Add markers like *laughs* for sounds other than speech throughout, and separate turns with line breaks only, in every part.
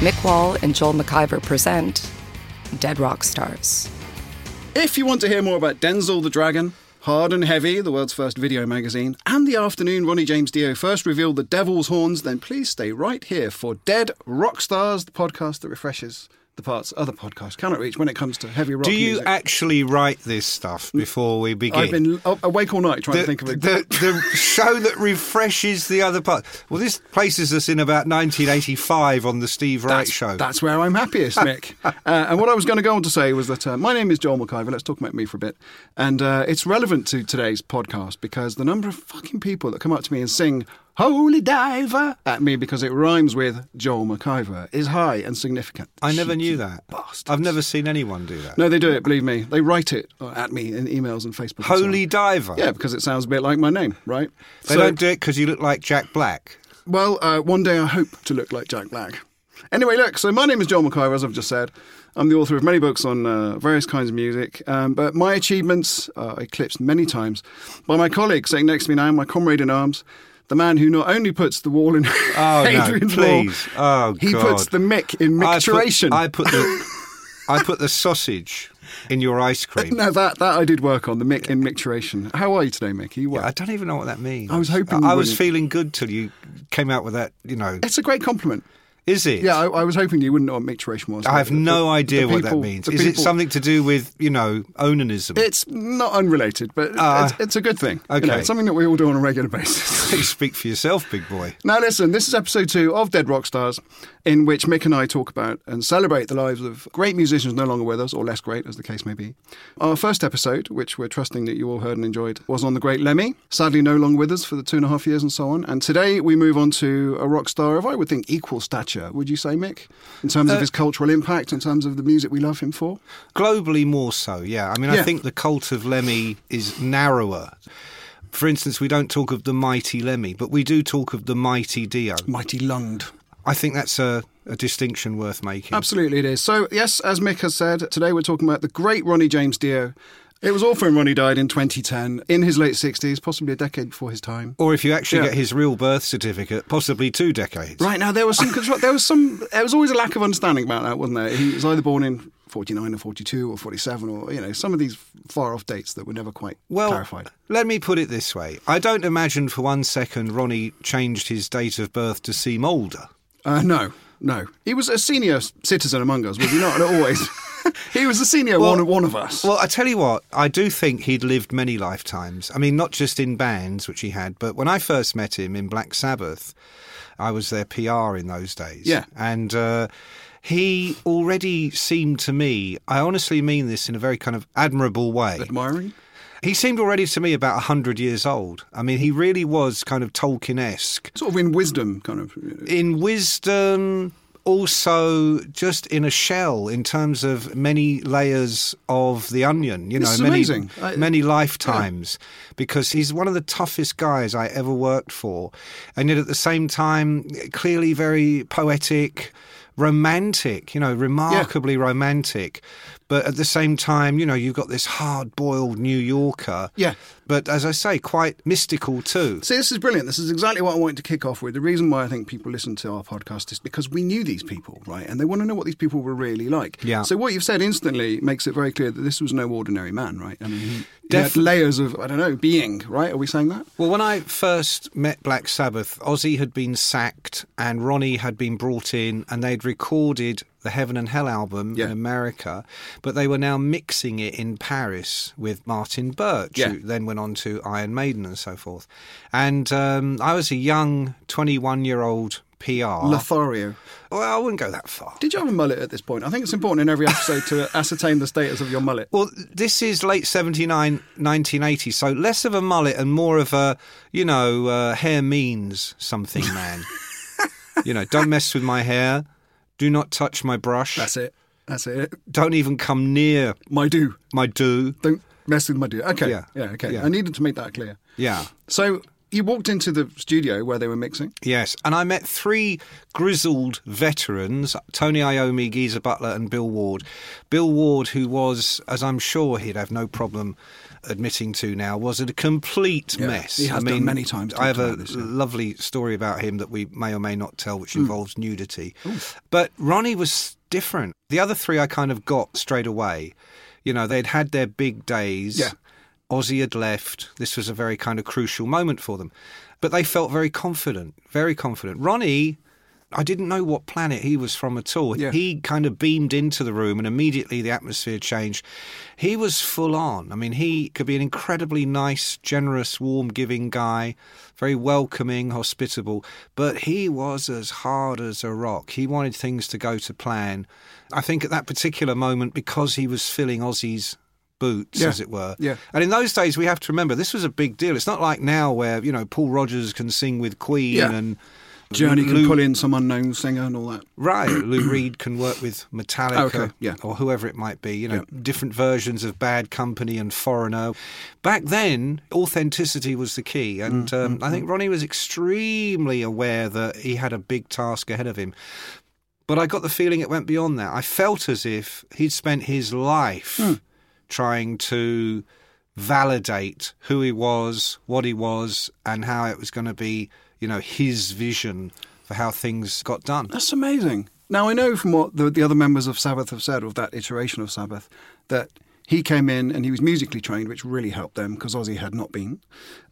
Mick Wall and Joel McIver present Dead Rock Stars.
If you want to hear more about Denzel the Dragon, Hard and Heavy, the world's first video magazine, and the afternoon Ronnie James Dio first revealed the devil's horns, then please stay right here for Dead Rock Stars, the podcast that refreshes the parts other podcasts cannot reach when it comes to heavy rock
Do you
music.
actually write this stuff before we begin?
I've been up- awake all night trying
the,
to think of it.
the, the show that refreshes the other part. Well, this places us in about 1985 on the Steve Wright
that's,
show.
that's where I'm happiest,
*laughs*
Mick. uh, and what I was going to go on to say was that uh, my name is Joel McIver. Let's talk about me for a bit. And uh, it's relevant to today's podcast because the number of fucking people that come up to me and sing Holy Diver at me because it rhymes with Joel McIver is high and significant.
I never knew that. I've never seen anyone do that.
No, they do it, believe me. They write it at me in emails and Facebook. and so on.
Holy diver.
Yeah, because it sounds a bit like my name, right?
They
So-
don't do it because you look like Jack Black.
Well, uh, one day I hope to look like Jack Black. Anyway, look, so my name is John McIver, as I've just said. I'm the author of many books on uh, various kinds of music, um, but my achievements are eclipsed many times by my colleague sitting next to me now, my comrade in arms, the man who not only puts the wall in *laughs*
Oh
Adrian's
no! Please.
wall,
Oh
he
God.
puts the mick in
I put-
micturation. *laughs*
I put, the. I put the sausage in your ice cream.
no, that, that I did work on, the mick in micturation. How are you today, Mick? Are you well?
I don't even know what that means.
I was hoping
I,
you
was
wouldn't.
feeling good till you came out with that. You know,
it's a great compliment.
is it?
Yeah, I, I was hoping you wouldn't know what micturation was.
I have
The-
no
the-
idea
the
what that
people-
means.
the
Is it
people-
something to do with, you know, onanism?
It's not unrelated, but
Ah.
it's, it's a good thing. You
Okay.
know, it's something that we all do on a regular *laughs* basis.
*laughs* Please speak for yourself, big boy.
now, listen, this is episode two of Dead Rock Stars, in which Mick and I talk about and celebrate the lives of great musicians no longer with us, or less great, as the case may be. Our first episode, which we're trusting that you all heard and enjoyed, was on the great Lemmy, sadly no longer with us for the two and a half years and so on. And today we move on to a rock star of, I would think, equal stature, would you say, Mick? In terms of his cultural impact, in terms of the music we love him for?
Globally, more so, yeah. I mean, I
Yeah.
think the cult of Lemmy is narrower. For instance, we don't talk of the mighty Lemmy, but we do talk of the mighty Dio.
Mighty lunged.
I think that's a, a distinction worth making.
Absolutely, it is. So, yes, as Mick has said, today we're talking about the great Ronnie James Dio. It was awful when Ronnie died in 2010, in his late 60s, possibly a decade before his time.
Or if you actually
Yeah.
get his real birth certificate, possibly two decades.
Right now, there was some constru- there was some there was always a lack of understanding about that, wasn't there? He was either born in 49 or 42 or 47 or you know some of these far off dates that were never quite
Well,
clarified.
let me put it this way. I don't imagine for one second Ronnie changed his date of birth to seem older.
Uh, no, no, he was a senior citizen among us, was he not? *laughs* Always, he was a senior one of one of us.
Well, I tell you what, I do think he'd lived many lifetimes. I mean, not just in bands, which he had, but when I first met him in Black Sabbath, I was their PR in those days.
Yeah.
And uh, he already seemed to me, I honestly mean this in a very kind of admirable way.
Admiring.
He seemed already to me about 100 years old. I mean, he really was kind of Tolkien esque
Sort of in wisdom, kind of. you know.
in wisdom, also just in a shell in terms of many layers of the onion. You
This
know,
is
many
amazing. I-
many lifetimes because he's one of the toughest guys I ever worked for, and yet at the same time, clearly very poetic. Romantic, you know, remarkably romantic, But at the same time, you know, you've got this hard boiled New Yorker.
Yeah.
But as I say, quite mystical too.
See, this is brilliant. This is exactly what I wanted to kick off with. The reason why I think people listen to our podcast is because we knew these people, right? And they want to know what these people were really like.
Yeah.
So what you've said instantly makes it very clear that this was no ordinary man, right? I mean, he, he had
Definitely.
layers of I don't know being, right? Are we saying that?
Well, when I first met Black Sabbath, Ozzy had been sacked and Ronnie had been brought in, and they'd recorded the Heaven and Hell album
Yeah.
in America, but they were now mixing it in Paris with Martin Birch,
Yeah.
who then went on to Iron Maiden and so forth. And um, I was a young 21 year old PR.
Lothario.
well, I wouldn't go that far.
Did you have a mullet at this point? I think it's important in
*laughs*
every episode to ascertain the status of your mullet.
Well, this is late 79, 1980, so less of a mullet and more of a, you know, uh, hair means something man. you know, don't mess with my hair. Do not touch my brush.
That's it. That's it.
Don't even come near
My do.
my do.
Don't mess with my do. Okay.
Yeah.
Yeah. Okay.
Yeah.
I needed to make that clear.
Yeah.
So you walked into the studio where they were mixing.
Yes, and I met three grizzled veterans Tony Iommi, Geezer Butler, and Bill Ward. Bill Ward, who was, as I'm sure he'd have no problem admitting to now, was a complete
Yeah,
mess.
he has
I
done
mean,
many times
I have
talked
a
about this, yeah. Hmm.
lovely story about him that we may or may not tell, which involves nudity. But Ronnie was different. The other three I kind of got straight away. You know, they'd had their big days.
Yeah.
Ozzy had left. This was a very kind of crucial moment for them. But they felt very confident, very confident. Ronnie, I didn't know what planet he was from at all.
Yeah.
He kind of beamed into the room and immediately the atmosphere changed. He was full on. I mean, he could be an incredibly nice, generous, warm giving guy, very welcoming, hospitable, but he was as hard as a rock. He wanted things to go to plan. I think at that particular moment, because he was filling Ozzy's boots,
Yeah.
as it were,
Yeah.
and in those days, we have to remember this was a big deal. It's not like now where you know Paul Rogers can sing with Queen
Yeah.
and
Journey can
Lou-
pull in some unknown singer and all that. *clears throat*
right. Lou Reed can work with Metallica,
Okay, yeah.
or whoever it might be. You know, different versions of Bad Company and Foreigner. Back then, authenticity was the key, and
Mm,
um, I think Ronnie was extremely aware that he had a big task ahead of him. But I got the feeling it went beyond that. I felt as if he'd spent his life
Hmm.
trying to validate who he was, what he was, and how it was going to be, you know, his vision for how things got done.
That's amazing. Now, I know from what the, the other members of Sabbath have said, of that iteration of Sabbath, that he came in and he was musically trained, which really helped them because Ozzy had not been.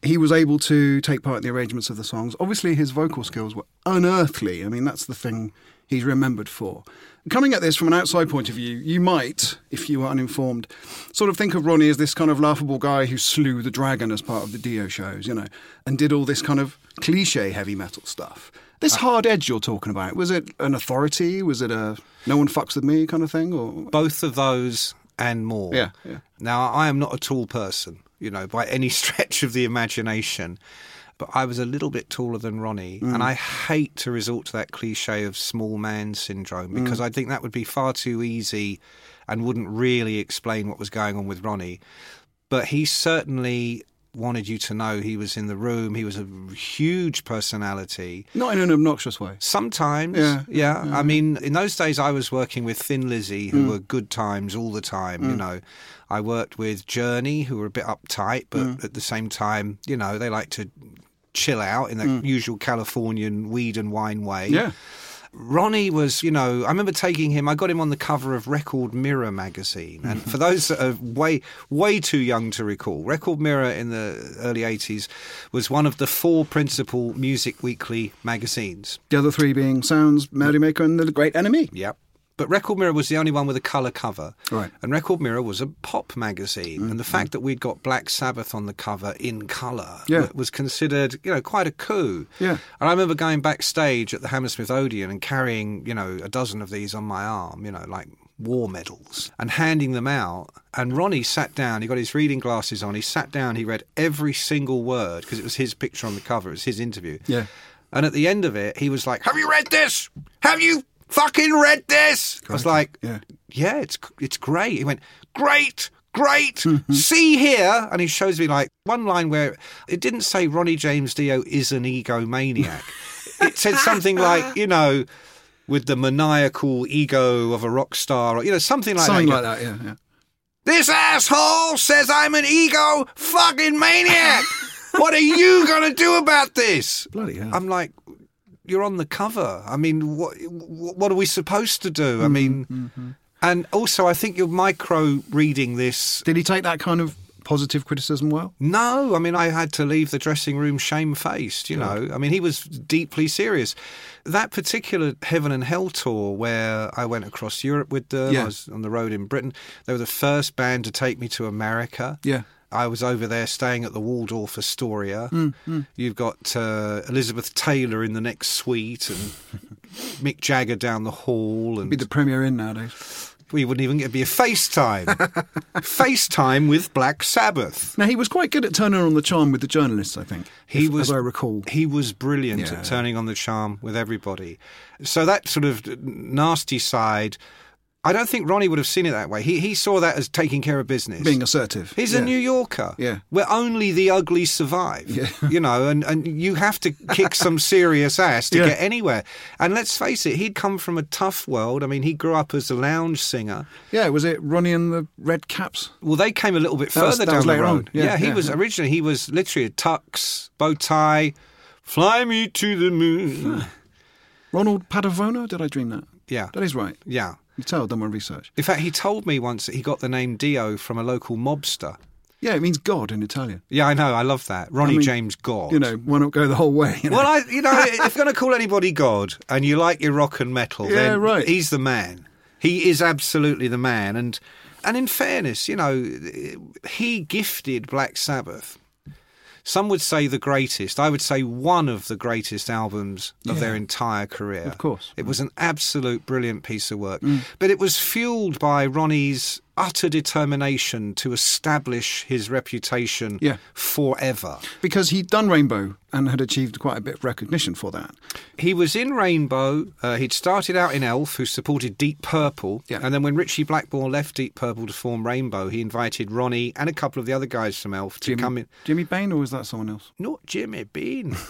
He was able to take part in the arrangements of the songs. Obviously, his vocal skills were unearthly. I mean, that's the thing he's remembered for. Coming at this from an outside point of view, you might, if you were uninformed, sort of think of Ronnie as this kind of laughable guy who slew the dragon as part of the Dio shows, you know, and did all this kind of cliche heavy metal stuff. This hard edge you're talking about, was it an authority? Was it a no one fucks with me kind of thing? Or
Both of those and more.
Yeah, yeah.
Now, I am not a tall person, you know, by any *laughs* stretch of the imagination, but I was a little bit taller than Ronnie,
Mm.
and I hate to resort to that cliche of small man syndrome
Mm.
because I think that would be far too easy and wouldn't really explain what was going on with Ronnie. But he certainly wanted you to know he was in the room, he was a huge personality.
not in an obnoxious way.
Sometimes,
Yeah, Mm-hmm.
yeah, I mean, in those days, I was working with Thin Lizzy,
Mm.
who were good times all the time. You know, I worked with Journey, who were a bit uptight, but
Mm.
at the same time, you know, they like to chill out in that usual Californian weed and wine way.
Mm. Yeah.
Ronnie was, you know, I remember taking him. I got him on the cover of Record Mirror magazine, and
Mm-hmm.
for those that are way, way too young to recall, Record Mirror in the early '80s was one of the four principal music weekly magazines.
The other three being Sounds, Mary Maker, and The Great Enemy.
Yep. But Record Mirror was the only one with a colour cover.
Right. Mm-hmm.
And Record Mirror was a pop magazine. And the fact that we'd got Black Sabbath on the cover in colour
Yeah.
wa- was considered, you know, quite a coup.
Yeah.
And I remember going backstage at the Hammersmith Odeon and carrying, you know, a dozen of these on my arm, you know, like war medals and handing them out. And Ronnie sat down, he got his reading glasses on, he sat down, he read every single word because it was his picture on the cover, it was his interview.
Yeah.
And at the end of it, he was like, "Have you read this? Have you fucking read this?" I was like,
Yeah.
"Yeah, it's it's great." He went, "Great, great. See here," and he shows me like one line where it didn't say Ronnie James Dio is an egomaniac. it said something like, you know. with the maniacal ego of a rock star, or you know, something like
Something
that.
like that, yeah, yeah.
This asshole says I'm an ego fucking maniac. what are you gonna do about this?
Bloody hell.
I'm like, you're on the cover. I mean, what what are we supposed to do? I mean, and also I think you're micro reading this.
Did he take that kind of positive criticism well?
No, I mean I had to leave the dressing room shamefaced. You know, I mean he was deeply serious. That particular Heaven and Hell tour where I went across Europe with them,
Yeah.
I was on the road in Britain. They were the first band to take me to America.
Yeah.
I was over there staying at the Waldorf Astoria.
Mm,
You've got uh, Elizabeth Taylor in the next suite and
*laughs*
Mick Jagger down the hall. And
Be the premier in nowadays.
we wouldn't even get be
*laughs*
a FaceTime. FaceTime with Black Sabbath.
Now he was quite good at turning on the charm with the journalists, I think.
He
if-
was,
as I recall.
He was brilliant
Yeah.
at turning on the charm with everybody. So that sort of nasty side, I don't think Ronnie would have seen it that way. He he saw that as taking care of business,
being assertive.
He's
Yeah.
a New Yorker.
Yeah.
Where only the ugly survive. *laughs* You know, and, and you have to
*laughs*
kick some serious ass to
Yeah.
get anywhere. And let's face it, he'd come from a tough world. I mean, he grew up as a lounge singer.
Yeah, was it Ronnie and the Red Caps?
Well, they came a little bit
That was-
further
that was
down the
later on.
road.
Yeah,
Yeah, he
yeah,
was
yeah.
originally he was literally a tux, bow tie, fly me to the moon.
Ronald Padavono? Did I dream that?
yeah.
That is right.
Yeah.
You tell, I've done my research.
In fact, he told me once that he got the name Dio from a local mobster.
Yeah, it means God in Italian.
Yeah, I know. I love that. Ronnie
I mean,
James God.
You know, why not go the whole way? *laughs* You know?
Well, I, you know, if you're going to call anybody God and you like your rock and metal,
Yeah,
then
right.
he's the man. He is absolutely the man. And and in fairness, you know, he gifted Black Sabbath. Some would say the greatest. I would say one of the greatest albums of their entire career.
Of course. Mm.
It was an absolute brilliant piece of work. But it was fueled by Ronnie's utter determination to establish his reputation
Yeah.
forever.
because he'd done Rainbow and had achieved quite a bit of recognition for that.
He was in Rainbow. Uh, he'd started out in Elf, who supported Deep Purple.
Yeah.
And then when Richie Blackmore left Deep Purple to form Rainbow, he invited Ronnie and a couple of the other guys from Elf to
Jimmy,
come in.
Jimmy Bain, or was that someone else?
Not Jimmy Bean.
*laughs*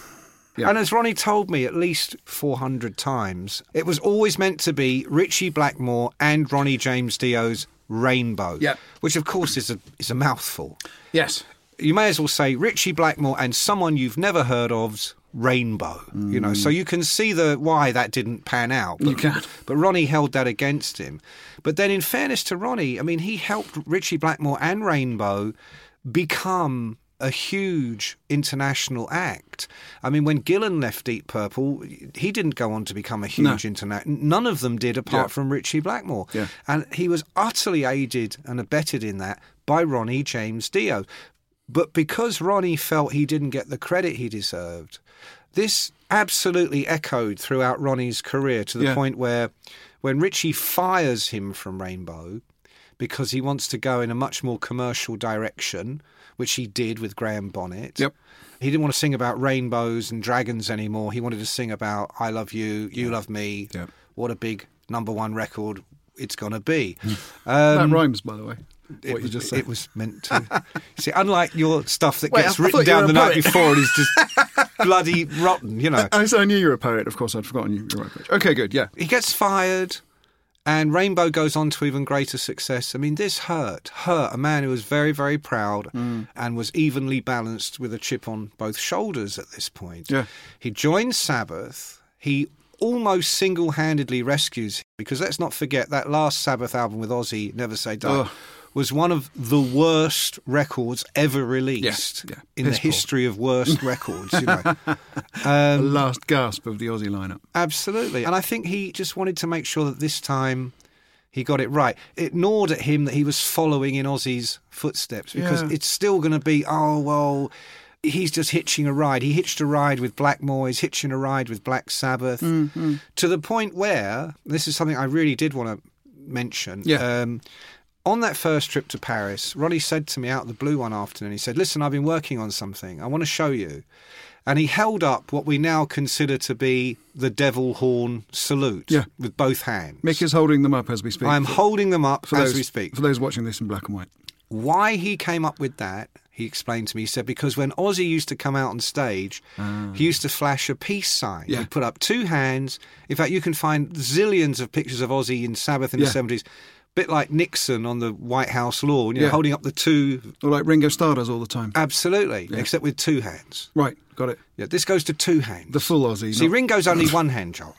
Yeah.
And as Ronnie told me at least 400 times, it was always meant to be Richie Blackmore and Ronnie James Dio's Rainbow,
Yeah.
which of course is a, is a mouthful.
Yes.
you may as well say Richie Blackmore and someone you've never heard of's Rainbow. You know, so you can see the why that didn't pan out. But,
Mm. You can.
but Ronnie held that against him. But then, in fairness to Ronnie, I mean, he helped Richie Blackmore and Rainbow become a huge international act. I mean, when Gillan left Deep Purple, he didn't go on to become a huge international. None of them did, apart from Richie Blackmore.
Yeah.
And he was utterly aided and abetted in that by Ronnie James Dio. But because Ronnie felt he didn't get the credit he deserved, this absolutely echoed throughout Ronnie's career to the
Yeah.
point where when Richie fires him from Rainbow because he wants to go in a much more commercial direction, which he did with Graham Bonnet.
Yep.
He didn't want to sing about rainbows and dragons anymore. He wanted to sing about I love you, you love me.
Yep.
What a big number one record it's going
*laughs*
to be.
that rhymes, by the way. What
Um, It
you
was-
just said.
It was
*laughs*
meant to. See, unlike your stuff that
Wait,
gets
I- I
written
thought you were
down the
a
night
poet.
before and is just
*laughs*
bloody rotten, you know.
I, so I knew you were a poet. Of course, I'd forgotten you were a poet. Okay, good. Yeah.
He gets fired, and Rainbow goes on to even greater success. I mean, this hurt, hurt a man who was very, very proud
Mm.
and was evenly balanced with a chip on both shoulders at this point.
Yeah.
He joins Sabbath. He almost single handedly rescues, because let's not forget that last Sabbath album with Ozzy, Never Say Die.
Ugh.
Was one of the worst records ever released
yeah.
in the
Piss poor.
history of worst records. You
*laughs*
know, Um,
the last gasp of the Aussie lineup.
Absolutely. And I think he just wanted to make sure that this time he got it right. It gnawed at him that he was following in Ozzy's footsteps because
Yeah.
it's still going to be, oh, well, he's just hitching a ride. He hitched a ride with Blackmore, he's hitching a ride with Black Sabbath
Mm-hmm.
to the point where this is something I really did want to mention.
Yeah.
Um, on that first trip to Paris, Ronnie said to me out of the blue one afternoon, he said, Listen, I've been working on something. I want to show you. And he held up what we now consider to be the devil horn salute
Yeah.
with both hands.
Mick is holding them up as we speak.
I'm holding them up
for
as
those,
we speak.
For those watching this in black and white.
Why he came up with that, he explained to me, he said, because when Ozzy used to come out on stage, he used to flash a peace sign.
Ah. Yeah.
He'd put up two hands. In fact, you can find zillions of pictures of Ozzy in Sabbath in
Yeah.
the 70s, bit like Nixon on the White House lawn, you know,
Yeah.
holding up the two.
Or like Ringo Starr does all the
Uh,
time.
Absolutely, except with two hands.
right, got it.
Yeah, this goes to two hands.
The full Aussie.
See,
not-
Ringo's
*laughs*
only one hand, Joel.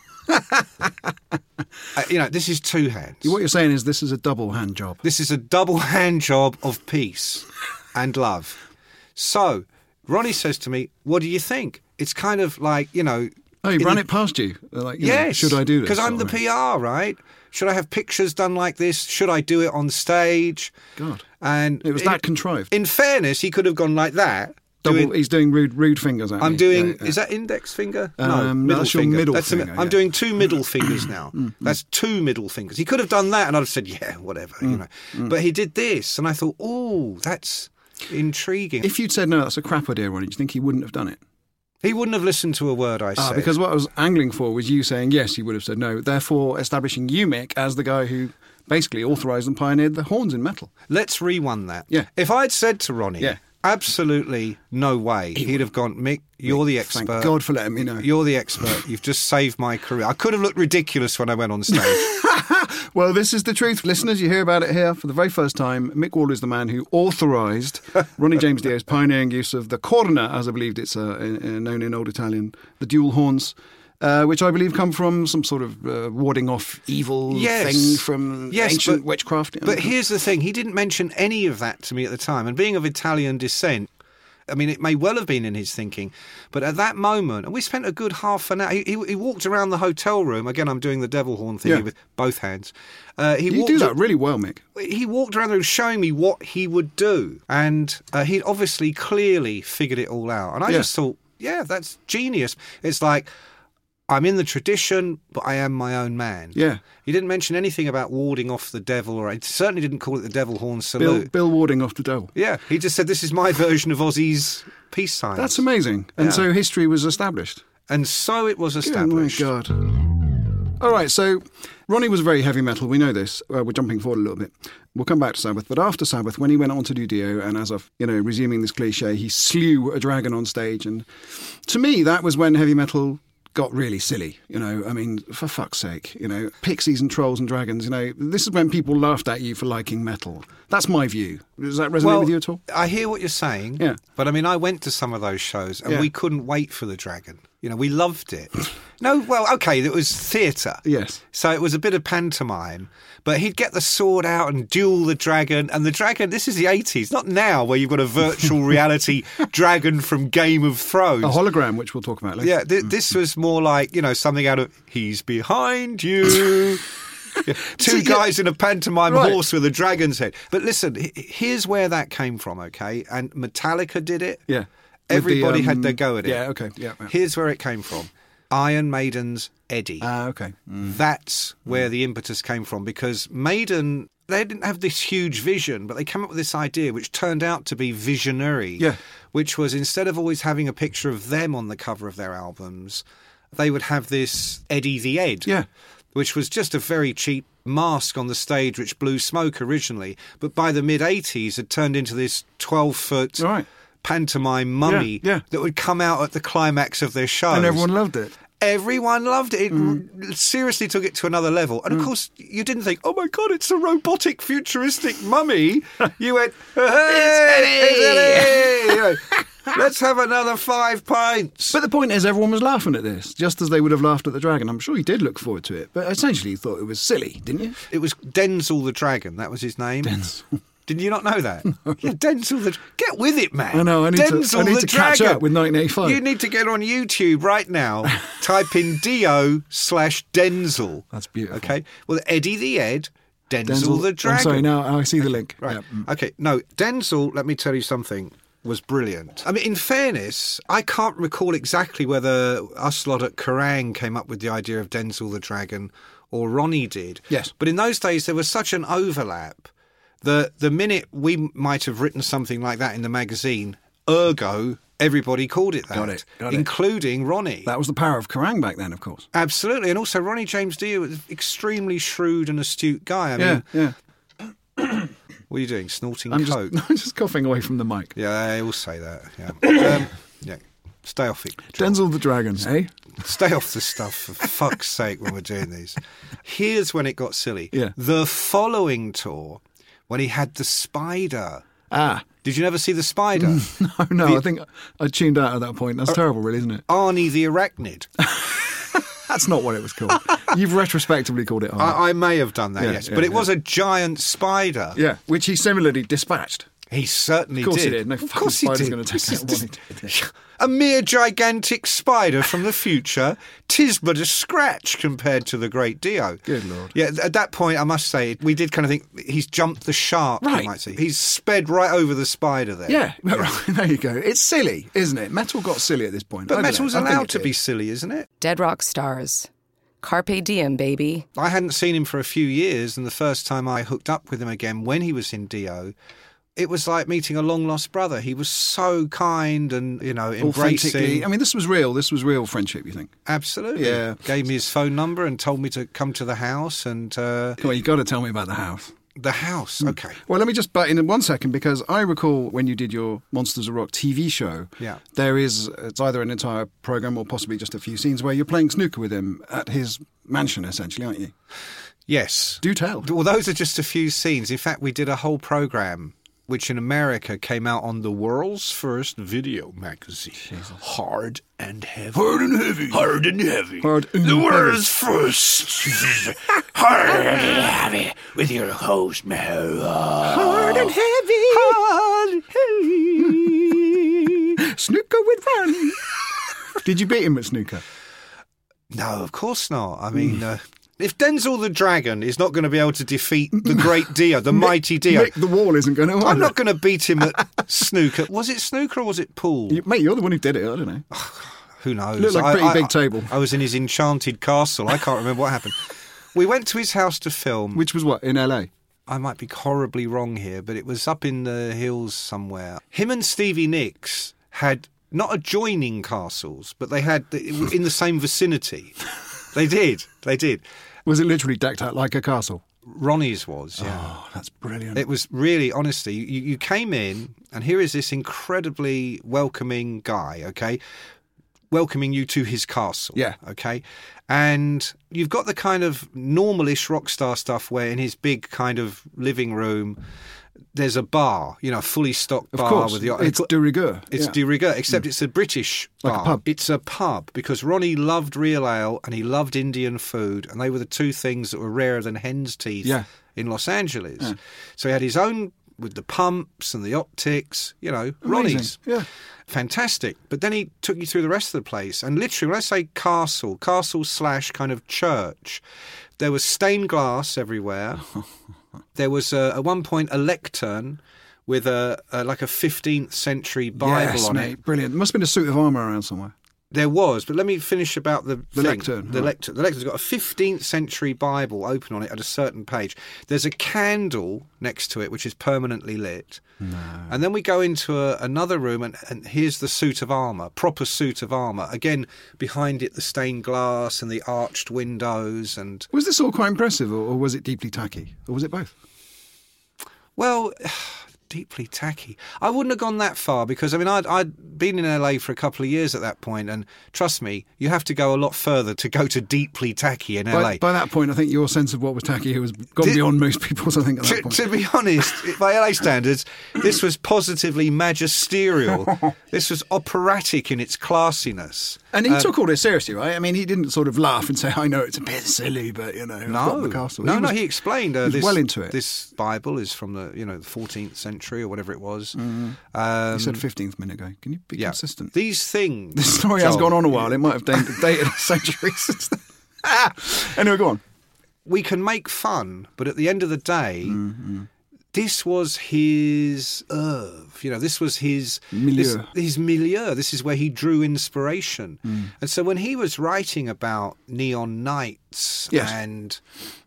Uh, you know, this is two hands.
what you're saying is this is a double hand job.
This is a double hand job of peace and love. So, Ronnie says to me, What do you think? It's kind of like, you know,
Oh, he
in
ran
the-
it past you. They're Like, you know,
yes.
should I do this?
Because I'm the
sort of thing.
PR, right? Should I have pictures done like this? Should I do it on stage?
God,
And
it was
in,
that contrived.
in fairness, he could have gone like that.
double.
doing-
he's doing rude, rude fingers at
I'm
me.
doing.
Yeah, yeah.
Is that index finger?
Um,
middle
that's your
finger.
middle
the mi-
finger,
I'm
yeah. Mm,
doing two middle fingers now. that's two middle fingers. He could have done that, and I'd have said, "Yeah, whatever,"
Mm,
you know. But he did this, and I thought, "Oh, that's intriguing."
If you'd said no, that's a crap idea, Ronnie. Do you think he wouldn't have done it?
he wouldn't have listened to a word I
Ah,
said.
because what I was angling for was you saying yes, he would have said no. Therefore, establishing you, Mick, as the guy who basically authorised and pioneered the horns in metal.
let's rewind that.
Yeah.
If I'd said to Ronnie,
Yeah.
absolutely no way," he would have gone, "Mick, you're the expert."
Thank God for letting me know.
You're the expert. You've just saved my career. I could have looked ridiculous when I went on stage.
Well, this is the truth. Listeners, you hear about it here for the very first time. Mick Wall is the man who authorised Ronnie James Dio's pioneering use of the corna, as I believed it's uh, in- in- known in Old Italian, the dual horns. Uh, which I believe come from some sort of uh, warding off evil thing from ancient
but-
witchcraft.
But here's the thing: he didn't mention any of that to me at the time. And being of Italian descent, I mean, it may well have been in his thinking, but at that moment, and we spent a good half an hour. He, he, he walked around the hotel room. Again, I'm doing the devil horn thing
Yeah.
with both hands. Uh, he
you
walked
do that really well, Mick.
he walked around the room showing me what he would do, and uh, he'd obviously clearly figured it all out. And I
Yeah.
just thought, yeah, that's genius. It's like I'm in the tradition, but I am my own man.
Yeah.
He didn't mention anything about warding off the devil, or I certainly didn't call it the devil horn
Bill,
salute.
Bill Warding off the devil.
Yeah, he just said this is my version of Ozzy's peace sign.
That's amazing. And so history was established.
and so it was
Oh my
established.
God. All right, so Ronnie was very heavy metal. We know this. Uh, we're jumping forward a little bit. We'll come back to Sabbath, but after Sabbath, when he went on to do Dio, and as I've you know resuming this cliche, he slew a dragon on stage, and to me that was when heavy metal got really silly. You know, I mean, for fuck's sake, you know, pixies and trolls and dragons. You know, this is when people laughed at you for liking metal. That's my view. Does that resonate with you at all?
I hear what you're saying.
Yeah.
But I mean, I went to some of those shows and
Yeah.
we couldn't wait for the dragon. You know, we
*laughs*
loved it. no, well, okay, it was theatre.
Yes.
So it was a bit of pantomime, but he'd get the sword out and duel the dragon. And the dragon, this is the 80s, not now where you've got a virtual
*laughs*
reality dragon from Game of Thrones.
A hologram, which we'll talk about later.
yeah, th- this was more like, you know, something out of he's
*laughs*
behind you. Yeah, Two
See, yeah.
guys in a pantomime
Right.
horse with a dragon's head. But listen, h- here's where that came from, okay? And Metallica did it.
Yeah. With the,
Everybody had
um,
their go at it.
yeah, okay, yeah, yeah.
Here's where it came from Iron Maiden's Eddie.
Ah, okay.
Mm. That's
Hmm.
where the impetus came from because Maiden. They didn't have this huge vision, but they came up with this idea which turned out to be visionary.
Yeah.
Which was instead of always having a picture of them on the cover of their albums, they would have this Eddie the Ed.
Yeah.
Which was just a very cheap mask on the stage which blew smoke originally, but by the mid 80s had turned into this 12 foot
Right.
pantomime mummy
yeah.
that would come out at the climax of their shows
And everyone loved it.
everyone loved it. It
Mm.
r- seriously took it to another level. And of course, you didn't think, oh my God, it's a robotic futuristic mummy. you went,
*laughs*
hey, it's Eddie! You know, Let's have another five pints.
But the point is, everyone was laughing at this, just as they would have laughed at the dragon. I'm sure you did look forward to it, but essentially you thought it was silly, didn't you?
It was Denzel the Dragon. That was his name. Denzel. Did you not
*laughs*
know that? Yeah, Denzel the Get with it, man.
I know, I need to-
Denzel
I need
the
to catch
Dragon.
up with 1985.
You need to get on YouTube
*laughs*
right now, type in Dio slash Denzel.
That's beautiful.
Okay. Well, Eddie the Ed, Denzel, the Dragon.
I'm sorry, now I see the link.
Right.
Yeah. mm.
Okay. No, Denzel, let me tell you something, was brilliant. I mean, in fairness, I can't recall exactly whether us lot at Kerrang came up with the idea of Denzel the Dragon or Ronnie did.
Yes.
But in those days, there was such an overlap that the minute we might have written something like that in the magazine, ergo, everybody called it that,
Got it, got it.
including Ronnie.
That was the power of Kerrang back then, of course.
Absolutely. And also, Ronnie James Dio was an extremely shrewd and astute guy. I mean,
yeah.
What are you doing? Snorting
I'm just,
coke?
*laughs* I'm just coughing away from the mic.
Yeah, I always say that. Yeah. um, *coughs* yeah. Stay off it. John.
Denzel the Dragon, eh?
Stay off the stuff for fuck's sake when we're doing these. Here's when it got silly.
Yeah.
The following tour, when he had the spider.
Ah. *laughs*
Did you never see the spider?
Oh, no, I think I tuned out at that point.
Uh,
That's terrible, really, isn't it?
*laughs* Arnie
*laughs*
the arachnid.
That's not what it was called. *laughs* You've retrospectively called it Arnie.
I, I may have done that,
Yeah,
yes,
yeah,
but it
yeah.
was a giant spider.
yeah, which he similarly dispatched.
He certainly
Of course
did.
he did. No
of
fucking
course he
spider's
did.
gonna take
This
out
is
one *laughs*
just- A mere gigantic spider from the future, tis but a scratch compared to the great Dio.
Good Lord.
Yeah, th- at that point, I must say, we did kind of think he's jumped the shark, you
Right.
might say. He's sped right over the spider there.
Yeah, *laughs* right, there you go. It's silly, isn't it? Metal got silly at this point. I
But
don't
metal's
know. I think
allowed
it
to be
is.
silly, isn't it?
Dead Rock Stars. Carpe Diem, baby.
I hadn't seen him for a few years, and the first time I hooked up with him again when he was in Dio, it was like meeting a long lost brother. He was so kind and, you know,
Authentically,
embracing.
I mean, this was real. This was real friendship. You think?
Absolutely.
Yeah.
Gave me his phone number and told me to come to the house and uh,
Come on, you got to tell me about the house.
the house. Okay.
Well, let me just butt in in one second because I recall when you did your Monsters of Rock TV show.
Yeah.
There is it's either an entire program or possibly just a few scenes where you're playing snooker with him at his mansion, essentially, aren't you?
Yes.
Do tell.
Well, those are just a few scenes. In fact, we did a whole program which in America came out on the world's first video magazine, Hard and Heavy. Hard and Heavy. Hard and Heavy.
Hard and The world's
first. Hard and *laughs* Heavy with your host, Hard and Heavy. Hard and *laughs* Heavy.
*laughs* Snooker with
*laughs*
Ronnie. did you beat him at snooker?
No, of course not. I mean, uh, if Denzel the Dragon is not going to be able to defeat *laughs* the great Dio, the mighty Dio,
Nick, the wall isn't going to.
I'm not going to beat him at snooker. Was it snooker or was it pool?
You, mate, you're the one who did it. I don't know.
Who knows?
Looked like a
I-
pretty
I-
big table.
I was in his enchanted castle. I can't remember what happened. We went to his house to film.
Which was what in LA.
I might be horribly wrong here, but it was up in the hills somewhere. Him and Stevie Nicks had not adjoining castles, but they had it was in the same vicinity. They did. They did.
Was it literally decked out like a castle?
Ronnie's was, yeah.
Oh, that's brilliant.
It was really, honestly, you, you came in, and here is this incredibly welcoming guy, okay? Welcoming you to his castle.
Yeah.
Okay. And you've got the kind of normalish rock star stuff where in his big kind of living room, there's a bar, you know, a fully stocked
of
bar
course,
with the.
it's de rigueur.
It's
yeah. Hmm.
de rigueur, except it's a British
Like a
bar.
pub.
It's a pub because Ronnie loved real ale and he loved Indian food, and they were the two things that were rarer than hen's teeth
Yeah.
in Los Angeles. So he had his own with the pumps and the optics, you know, Ronnie's.
Yeah.
Fantastic. But then he took you through the rest of the place. And literally, when I say castle, castle slash kind of church, there was stained glass
*laughs*
everywhere. there was a, at one point a lectern with a, a like a 15th century Bible
yes,
on
mate.
it.
Brilliant. Must have been a suit of armour around somewhere.
There was, but let me finish about the
The
thing.
lectern,
The
right.
lectern. The lectern's got a 15th century Bible open on it at a certain page. There's a candle next to it, which is permanently lit. And then we go into a, another room, and, and here's the suit of armour, proper suit of armour. Again, behind it, the stained glass and the arched windows, and
Was this all quite impressive, or, or was it deeply tacky, or was it both?
Well, *sighs* deeply tacky. I wouldn't have gone that far because I mean I'd, I'd been in LA for a couple of years at that point, and trust me, you have to go a lot further to go to deeply tacky in LA.
By, by that point, I think your sense of what was tacky was gone
Did-
beyond most people's. I think at that
to,
point.
to be honest, by LA standards, this was positively
*laughs*
magisterial. this was operatic in its classiness.
and he took all this seriously, right? I mean, he didn't sort of laugh and say, "I know it's a bit silly, but you know, I've got the castle."
No, no,
was-
he explained. Uh,
he was
this,
well into it.
This Bible is from the you know the 14th century or whatever it was.
he
Um,
said fifteenth minute ago. Can you be Mm. consistent?
These things.
The story has
John,
gone on a while. It might have dated, dated centuries since then. *laughs* Ah! Anyway, go on.
we can make fun, but at the end of the day,
Mm-hmm.
this was his oeuvre. You know, this was his
Milieu. Mm.
This, his milieu. This is where he drew inspiration. And so when he was writing about neon night Cats
Yes.
and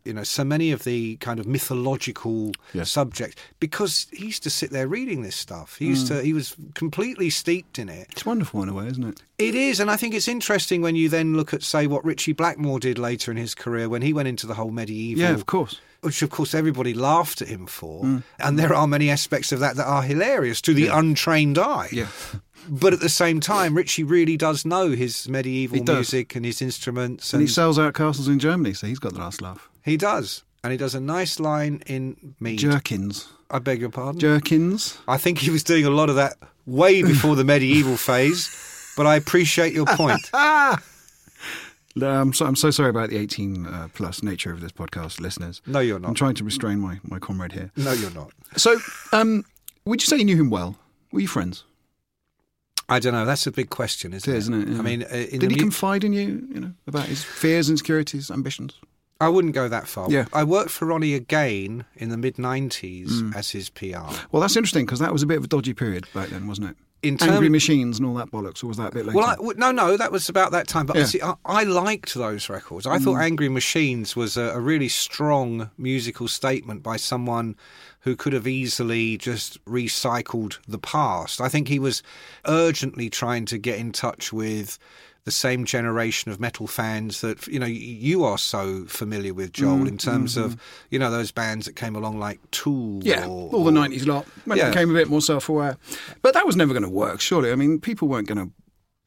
you know so many of the kind of mythological
Yes.
subjects because he used to sit there reading this stuff. He used
Mm.
to he was completely steeped in it.
It's wonderful in a way, isn't it?
It is, and I think it's interesting when you then look at say what Richie Blackmore did later in his career when he went into the whole medieval
Yeah, of course.
which of course everybody laughed at him for.
Mm.
And there are many aspects of that that are hilarious to the untrained eye.
*laughs* Yeah.
But at the same time, Richie really does know his medieval
He does.
music and his instruments,
And
and,
he sells out castles in Germany, so he's got the last laugh.
he does. And he does a nice line in Mead.
Jerkins.
I beg your pardon.
Jerkins.
I think he was doing a lot of that way before the
*laughs*
medieval phase, but I appreciate your point.
Um, so, I'm so sorry about the 18 uh, plus nature of this podcast, listeners.
No, you're not.
I'm trying to restrain my, my comrade here.
no, you're not.
So, um, would you say you knew him well? Were you friends?
I don't know. That's a big question, isn't
It is, isn't it? Yeah.
I mean, uh, in the
Did he
mu-
confide in you, you know, about his fears, insecurities, ambitions?
I wouldn't go that far.
Yeah.
I worked for Ronnie again in the mid 90s
Mm.
as his PR.
Well, that's interesting because that was a bit of a dodgy period back then, wasn't it?
In
Angry
term-
machines and all that bollocks, or was that a bit later?
Well, I, w- no, no, that was about that time. But
Yeah. Mm.
see, I, I liked those records. I thought Angry Machines was a, a really strong musical statement by someone who could have easily just recycled the past. I think he was urgently trying to get in touch with the same generation of metal fans that you know y- you are so familiar with Joel
Mm,
in terms of you know those bands that came along like Tool
mm-hmm. yeah,
or,
all the
or-
90s lot. When
Yeah.
it became a bit more self aware. But that was never going to work, surely. I mean, people weren't going to.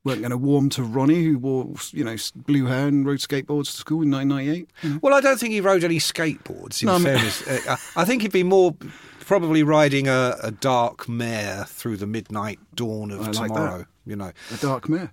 Weren't going to warm to Ronnie, who wore, you know, blue hair and rode skateboards to school in 1998.
Well, I don't think he rode any skateboards.
Mm.
In
No, I mean-
fairness, Uh, I I think he'd be more probably riding a, a dark mare through the midnight dawn of
I like
tomorrow. You know,
A dark mare.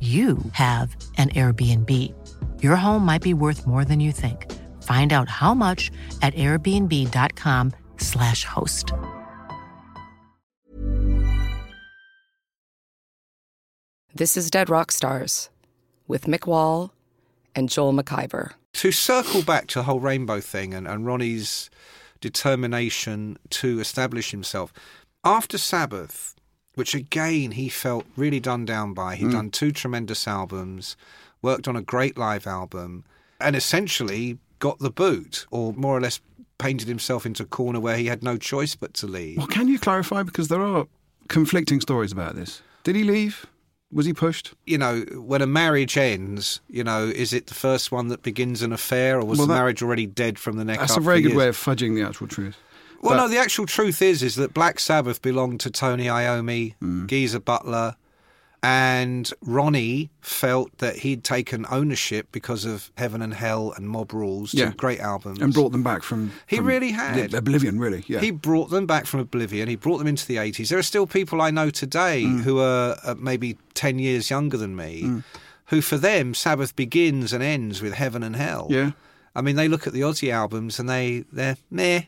you have an Airbnb. Your home might be worth more than you think. Find out how much at airbnb.com/slash host.
This is Dead Rock Stars with Mick Wall and Joel McIver.
to circle back to the whole rainbow thing and, and Ronnie's determination to establish himself after Sabbath, which again he felt really done down by.
Mm.
He'd done two tremendous albums, worked on a great live album, and essentially got the boot, or more or less painted himself into a corner where he had no choice but to leave.
Well, can you clarify? Because there are conflicting stories about this. Did he leave? Was he pushed?
You know, when a marriage ends, you know, is it the first one that begins an affair, or was
Well,
the
that-
marriage already dead from the neck
That's
up
a
for
very good
years?
way of fudging the actual truth.
Well,
But-
no, the actual truth is is that Black Sabbath belonged to Tony Iommi,
Mm.
Geezer Butler, and Ronnie felt that he'd taken ownership because of Heaven and Hell and Mob Rules, two
Yeah.
great albums,
And brought them back from.
He
from
really had.
the Oblivion, really. Yeah.
He brought them back from oblivion. He brought them into the 80s. There are still people I know today
Mm.
who are uh, maybe 10 years younger than me, who for them, Sabbath begins and ends with Heaven and Hell.
Yeah.
I mean, they look at the Aussie albums and they, they're meh.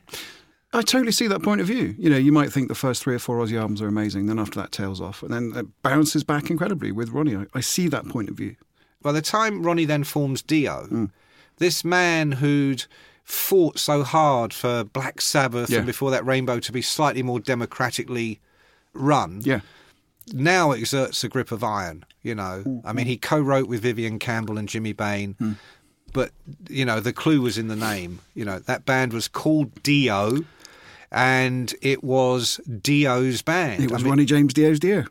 I totally see that point of view. You know, you might think the first three or four Aussie albums are amazing, then after that tails off, and then it bounces back incredibly with Ronnie. I, I see that point of view.
By the time Ronnie then forms Dio,
Mm.
this man who'd fought so hard for Black Sabbath
Yeah.
and before that Rainbow to be slightly more democratically run,
Yeah.
now exerts a grip of iron. You know, I mean, he co-wrote with Vivian Campbell and Jimmy Bain,
Mm.
but you know, the clue was in the name. You know, that band was called Dio, and it was Dio's band.
It was
I mean,
Ronnie James Dio's Dio.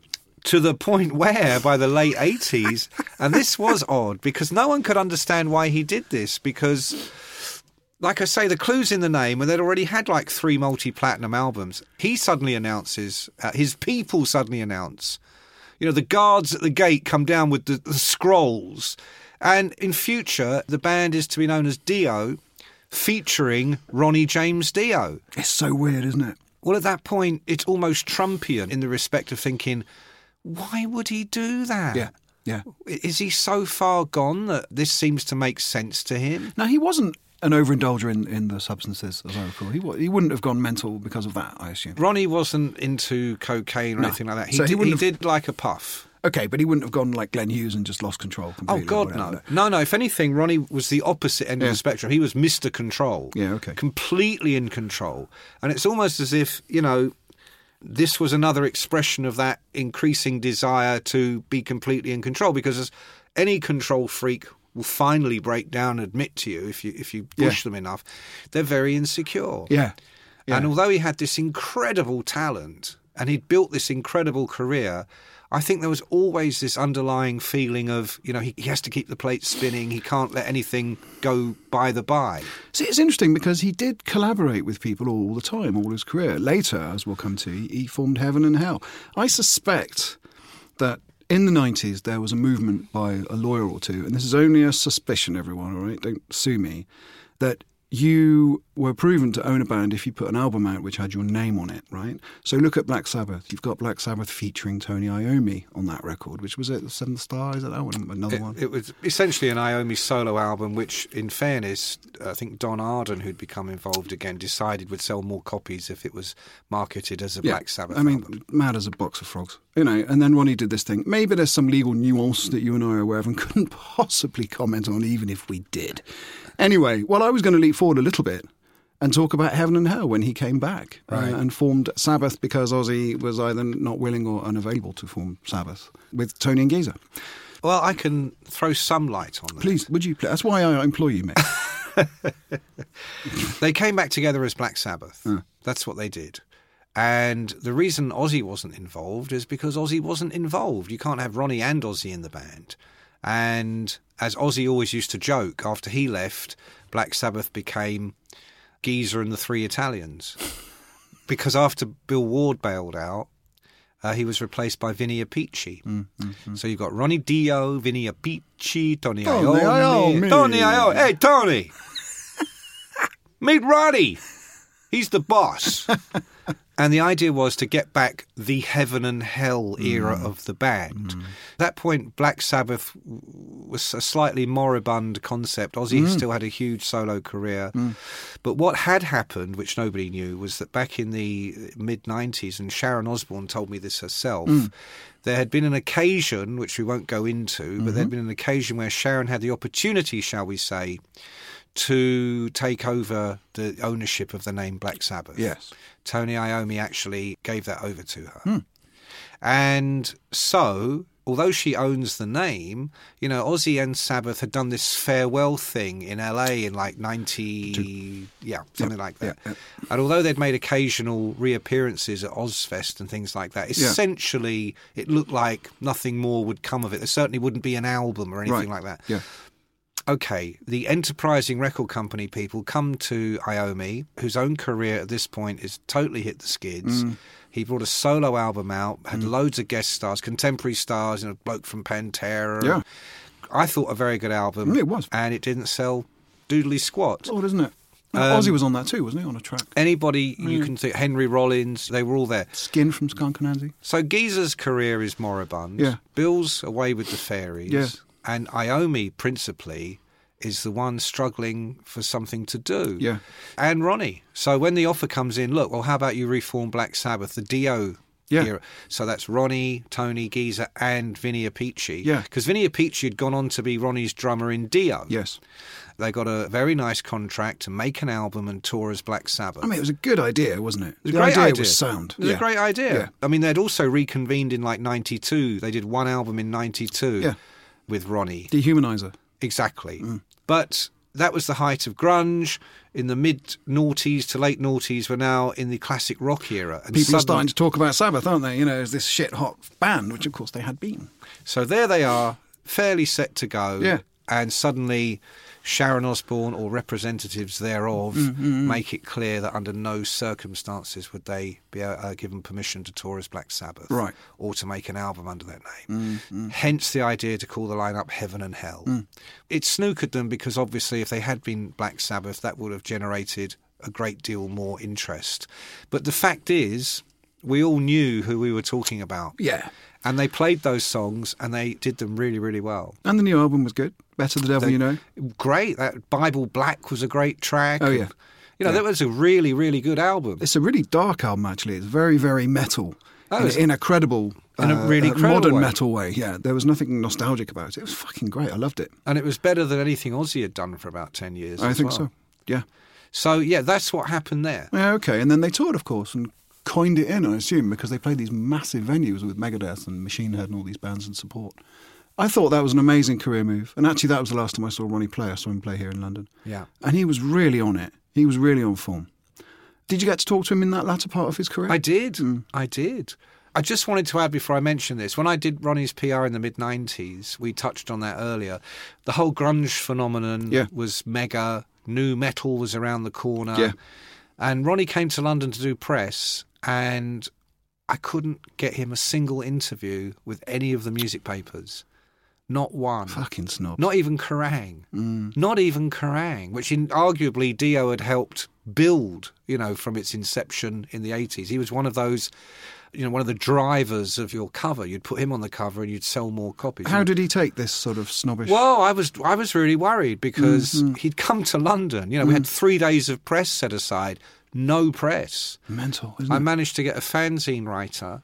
to the point where by the late 80s and this was odd because no one could understand why he did this because like i say the clues in the name and they'd already had like three multi-platinum albums he suddenly announces uh, his people suddenly announce you know the guards at the gate come down with the, the scrolls and in future the band is to be known as dio featuring ronnie james dio
It's so weird, isn't it?
well, at that point, it's almost Trumpian in the respect of thinking, why would he do that?
Yeah. Yeah.
Is he so far gone that this seems to make sense to him?
Now, he wasn't an overindulger in, in the substances, as I recall. He, wa- he wouldn't have gone mental because of that, I assume.
Ronnie wasn't into cocaine or
No.
anything like that. He,
So he
did, he
wouldn't have-
did like a puff.
Okay, but he wouldn't have gone like Glenn Hughes and just lost control
Oh,
completely. or
God,
whatever.
no. No, no. If anything, Ronnie was the opposite end of
Yeah.
the spectrum. He was Mr. Control.
Yeah, okay.
Completely in control. And it's almost as if, you know, this was another expression of that increasing desire to be completely in control because as any control freak will finally break down and admit to you if you if you push them enough they're very insecure
Yeah.
and although he had this incredible talent and he'd built this incredible career, I think there was always this underlying feeling of, you know, he, he has to keep the plate spinning. He can't let anything go by the by.
See, it's interesting because he did collaborate with people all the time, all his career. Later, as we'll come to, he formed Heaven and Hell. I suspect that in the 90s there was a movement by a lawyer or two, and this is only a suspicion, everyone, all right? Don't sue me, that you were proven to own a band if you put an album out which had your name on it, right? So look at Black Sabbath. You've got Black Sabbath featuring Tony Iommi on that record, which was it, The Seventh Star? Is that that one? Another
It,
one?
it was essentially an Iomi solo album, which, in fairness, I think Don Arden, who'd become involved again, decided would sell more copies if it was marketed as a Black Sabbath
I mean,
album.
mad as a box of frogs, you know. And then Ronnie did this thing. Maybe there's some legal nuance that you and I are aware of and *laughs* couldn't possibly comment on, even if we did. Anyway, well, I was going to leap forward a little bit and talk about heaven and hell when he came back uh, and formed Sabbath because Ozzy was either not willing or unavailable to form Sabbath with Tony and Geezer.
Well, I can throw some light on that.
Please, would you? Please? That's why I employ you, mate.
They came back together as Black Sabbath. That's what they did. And the reason Ozzy wasn't involved is because Ozzy wasn't involved. You can't have Ronnie and Ozzy in the band. And as Ozzy always used to joke, after he left, Black Sabbath became Geezer and the Three Italians. because after Bill Ward bailed out, uh, he was replaced by Vinny Appice. So you've got Ronnie Dio, Vinny Appice,
Tony
Tony Iommi.
Iommi.
Tony Iommi. Hey, Tony! Meet Ronnie! He's the boss. and the idea was to get back the heaven and hell era of the band. At that point, Black Sabbath w- was a slightly moribund concept. Ozzy still had a huge solo career. But what had happened, which nobody knew, was that back in the mid 90s, and Sharon Osbourne told me this herself, there had been an occasion, which we won't go into, but there had been an occasion where Sharon had the opportunity, shall we say, to take over the ownership of the name Black
*laughs*
Sabbath.
Yes.
Tony Iommi actually gave that over to her. And so, although she owns the name, you know, Ozzy and Sabbath had done this farewell thing in LA in like 90, yeah, something like that. And although they'd made occasional reappearances at Ozfest and things like that, essentially it looked like nothing more would come of it. There certainly wouldn't be an album or anything like that
Yeah.
okay, the enterprising record company people come to Iomi, whose own career at this point is totally hit the skids.
Mm.
He brought a solo album out, had loads of guest stars, contemporary stars, you know, bloke from Pantera.
Yeah.
I thought a very good album.
Mm, it was.
And it didn't sell doodly squat.
It's odd, isn't it? Ozzy was on that too, wasn't he? On a track.
Anybody you
Mm.
can think, Henry Rollins, they were all there.
Skin from Skunk and Andy.
So Geezer's career is moribund.
Yeah.
Bill's away with the fairies.
Yeah.
And Iomi, principally, is the one struggling for something to do.
Yeah.
And Ronnie. So when the offer comes in, look, well, how about you reform Black Sabbath? The Dio
Yeah.
era. So that's Ronnie, Tony Geezer, and Vinnie Appice.
Yeah.
Because Vinnie Appice had gone on to be Ronnie's drummer in Dio.
Yes.
They got a very nice contract to make an album and tour as Black Sabbath.
I mean, it was a good idea, wasn't it?
It was
the
a great
idea,
idea.
was sound.
It was
Yeah.
a great idea.
Yeah.
I mean, they'd also reconvened in like '92. They did one album in '92
Yeah.
with Ronnie.
Dehumanizer.
Exactly.
Mm.
But that was the height of grunge in the mid noughties to late noughties. We're now in the classic rock era. And
People are starting
suddenly-
to talk about Sabbath, aren't they? You know, as this shit hot band, which of course they had been.
So there they are, fairly set to go.
Yeah.
And suddenly, Sharon Osbourne or representatives thereof
Mm,
make it clear that under no circumstances would they be uh, given permission to tour as Black Sabbath,
Right. Mm,
Or to make an album under that name. Hence the idea to call the lineup Heaven and Hell. It snookered them because obviously, if they had been Black Sabbath, that would have generated a great deal more interest. But the fact is, we all knew who we were talking about.
Yeah.
And they played those songs and they did them really, really well.
And the new album was good. Better the Devil Oh, You Know.
Great. That Bible Black was a great track.
Oh,
and,
yeah.
You know, that was a really, really good album.
It's a really dark album, actually. It's very, very metal.
Oh,
in,
it's-
in a credible, uh,
In a really credible
modern
way.
metal way. Yeah, there was nothing nostalgic about it. It was fucking great. I loved it.
And it was better than anything Ozzy had done for about 10 years.
I
as
think
well.
so. Yeah.
So, yeah, that's what happened there.
Yeah, okay. And then they toured, of course, and coined it in, I assume, because they played these massive venues with Megadeth and Machine Head and all these bands and support. I thought that was an amazing career move. And actually, that was the last time I saw Ronnie play. I saw him play here in London.
Yeah.
And he was really on it. He was really on form. Did you get to talk to him in that latter part of his career?
I did. I did. I just wanted to add before I mention this when I did Ronnie's PR in the mid 90s, we touched on that earlier. The whole grunge phenomenon
Yeah.
was mega, new metal was around the corner.
Yeah.
And Ronnie came to London to do press, and I couldn't get him a single interview with any of the music papers.
*laughs*
Not one.
Fucking snob.
Not even Kerrang.
Mm.
Not even Kerrang, which in, arguably Dio had helped build, you know, from its inception in the 80s. He was one of those, you know, one of the drivers of your cover. You'd put him on the cover and you'd sell more copies.
How did he take this sort of snobbish?
well, I was I was really worried because
Mm-hmm.
he'd come to London. You know, we had
Mm.
three days of press set aside, no press.
mental, isn't
I
it?
managed to get a fanzine writer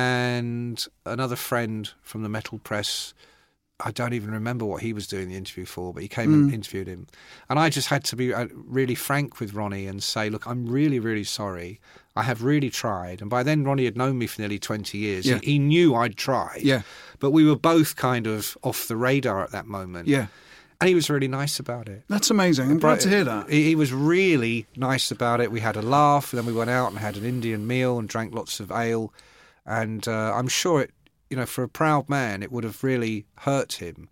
and another friend from the metal press. I don't even remember what he was doing the interview for, but he came
Hmm.
and interviewed him. And I just had to be uh, really frank with Ronnie and say, look, I'm really, really sorry. I have really tried. And by then, Ronnie had known me for nearly 20 years.
Yeah.
He, he knew I'd tried.
Yeah.
But we were both kind of off the radar at that moment.
Yeah.
And he was really nice about it.
That's amazing. I'm glad to hear that.
He, he was really nice about it. We had a laugh, and then we went out and had an Indian meal and drank lots of ale. And uh, I'm sure it, you know, for a proud man, it would have really hurt him.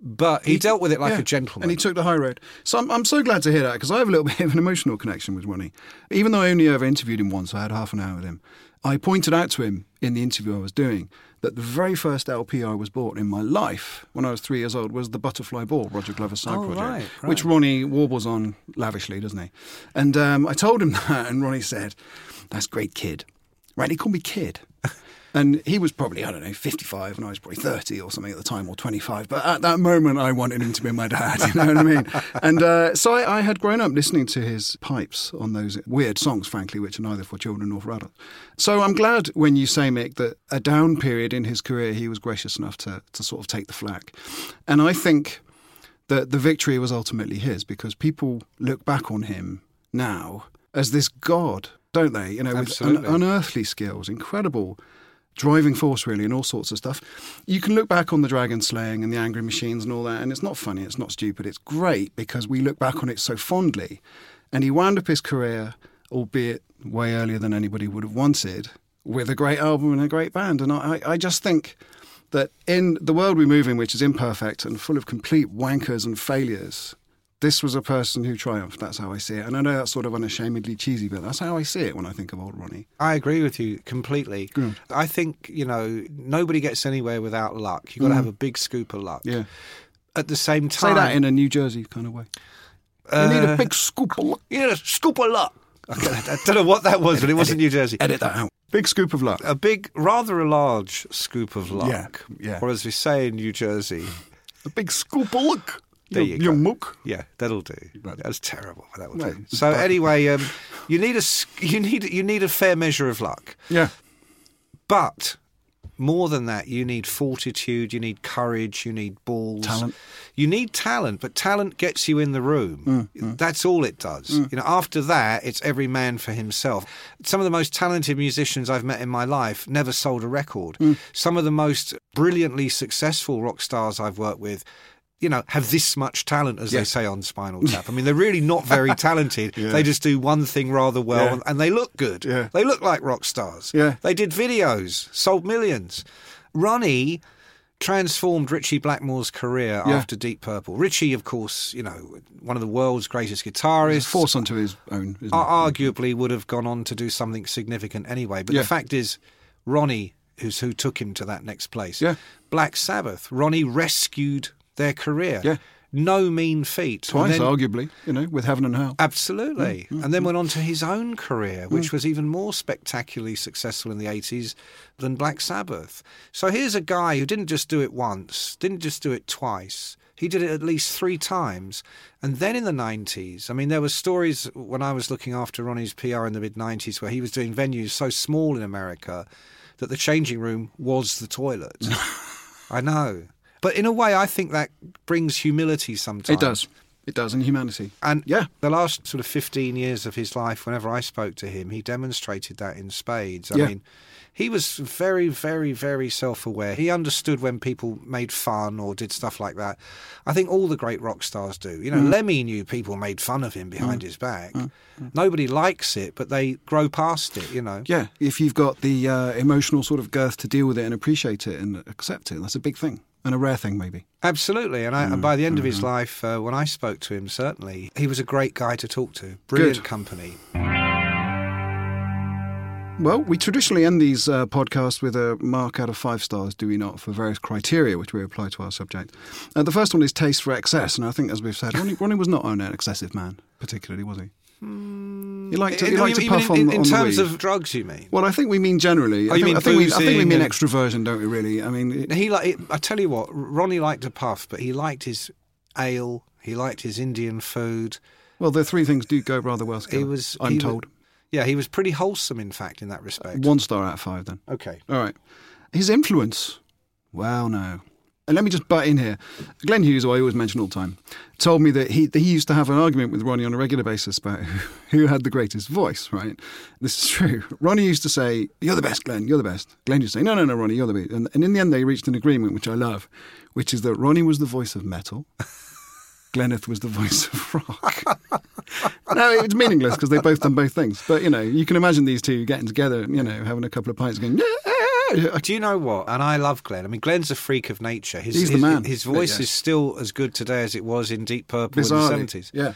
But he, dealt with it like
Yeah.
a gentleman.
And he took the high road. So I'm, I'm so glad to hear that because I have a little *laughs* bit of an emotional connection with Ronnie. Even though I only ever interviewed him once, I had half an hour with him. I pointed out to him in the interview I was doing that the very first LP I was bought in my life when I was three years old was The Butterfly Ball, Roger Glover's side
Oh,
project,
right,
which
right.
Ronnie warbles on lavishly, doesn't he? And um, I told him *laughs* that, and Ronnie said, That's great, kid. Right? He called me kid. And he was probably, I don't know, 55, and I was probably 30 or something at the time, or 25. But at that moment, I wanted him to be my dad, *laughs* you know what I mean? And uh, so I, I had grown up listening to his pipes on those weird songs, frankly, which are neither for children nor for adults. So I'm glad when you say, Mick, that a down period in his career, he was gracious enough to, to sort of take the flak. And I think that the victory was ultimately his because people look back on him now as this god, don't they? You know, with un-
Absolutely.
unearthly skills, incredible driving force, really, and all sorts of stuff. You can look back on the dragon slaying and the angry machines and all that, and it's not funny, it's not stupid, it's great because we look back on it so fondly. And he wound up his career, albeit way earlier than anybody would have wanted, with a great album and a great band. And I, I I just think that in the world we move in, which is imperfect and full of complete wankers and failures, this was a person who triumphed. That's how I see it. And I know that's sort of unashamedly cheesy, but that's how I see it when I think of old Ronnie.
I agree with you completely. I think, you know, nobody gets anywhere without luck. You've got to have a big scoop of luck.
Mm. Yeah.
At the same
Say
time,
that in a New Jersey kind of way. you need a big scoop of luck.
you know, scoop of luck. Okay, *laughs* I don't know what that was, but it wasn't New Jersey.
Edit that out. Big scoop of luck.
a big, rather a large scoop of luck.
Yeah, yeah.
Or as we say in
*sighs*
New Jersey,
A big scoop of luck.
There
you,
you go.
mook.
yeah, that'll do.
Right.
That's terrible. but That will
Right.
do. So anyway, um, you need a s- you need you need a fair measure of luck.
Yeah.
But more than that, you need fortitude, you need courage, you need balls.
Talent.
You need talent, but talent gets you in the room.
Mm,
That's all it does. You know, after that, it's every man for himself. Some of the most talented musicians I've met in my life never sold a record.
Mm.
Some of the most brilliantly successful rock stars I've worked with you know, have this much talent, as
Yes.
they say on Spinal Tap. I mean, they're really not
*laughs*
very talented. They just do one thing rather well,
Yeah.
and, and they look good.
Yeah.
They look like rock stars.
Yeah.
They did videos, sold millions. Ronnie transformed Richie Blackmore's career
Yeah.
after Deep Purple. Richie, of course, you know, one of the world's greatest guitarists.
Force onto his own. Isn't
Ar-
it?
arguably would have gone on to do something significant anyway. But
Yeah.
the fact is, Ronnie, who's who took him to that next place.
Yeah.
Black Sabbath. Ronnie rescued their career.
Yeah.
No mean feat. And
Twice,
then-
arguably, you know, with Heaven and Hell.
Absolutely.
Mm,
And then went on to his own career, which was even more spectacularly successful in the 80s than Black Sabbath. So here's a guy who didn't just do it once, didn't just do it twice. He did it at least three times. And then in the 90s, I mean, there were stories when I was looking after Ronnie's PR in the mid 90s where he was doing venues so small in America that the changing room was
*laughs*
the toilet. I know. But in a way, I think that brings humility sometimes
It does. It does, in humanity.
and
Yeah.
the last sort of 15 years of his life whenever i spoke to him he demonstrated that in spades i
Yeah.
mean he was very very very self-aware he understood when people made fun or did stuff like that i think all the great rock stars do you know
Mm.
lemmy knew people made fun of him behind his back nobody likes it but they grow past it you know
Mm. Yeah, if you've got the uh, emotional sort of girth to deal with it and appreciate it and accept it, that's a big thing and a rare thing, maybe.
Absolutely, and, I, and by the end of
Mm-hmm.
his life, uh, when I spoke to him, certainly he was a great guy to talk to. Brilliant
Good.
company.
Well, we traditionally end these uh, podcasts with a mark out of five stars, do we not, for various criteria which we apply to our subject. Uh, the first one is taste for excess, and I think, as we've said, Ronnie, Ronnie was not an excessive man, particularly, was he? He liked to, he
No,
liked to
you Hmm. mean
puff
in, in,
on,
in
on the
terms
weed.
of drugs, you mean?
Well, I think we mean generally.
Oh,
I
you
think,
mean
I think we, I think we
boozing
mean
and-
extroversion, don't we? Really? I mean, it-
He like I tell you what, Ronnie liked to puff, but he liked his ale. He liked his Indian food.
well, the three things do go rather well together.
He was,
I'm
he wa-
told,
yeah, he was pretty wholesome, in fact, in that respect.
one star out of five. Then
Okay.
All right. His influence? Well, no. And let me just butt in here. Glenn Hughes, who I always mention all the time, told me that he, that he used to have an argument with Ronnie on a regular basis about *laughs* who, who had the greatest voice, right? This is true. Ronnie used to say, You're the best, Glenn, you're the best. Glenn used to say, No, no, no, Ronnie, you're the best. And, and in the end, they reached an agreement, which I love, which is that Ronnie was the voice of metal, *laughs* Glenneth was the voice of rock. *laughs* no, it's meaningless because they've both done both things. But, you know, you can imagine these two getting together, you know, having a couple of pints going, yeah,
Do you know what? And I love Glenn. I mean, Glenn's a freak of nature. His,
He's the
his,
man.
His voice
Yeah.
is still as good today as it was in Deep Purple
Bizarrely.
in the 70s.
Yeah.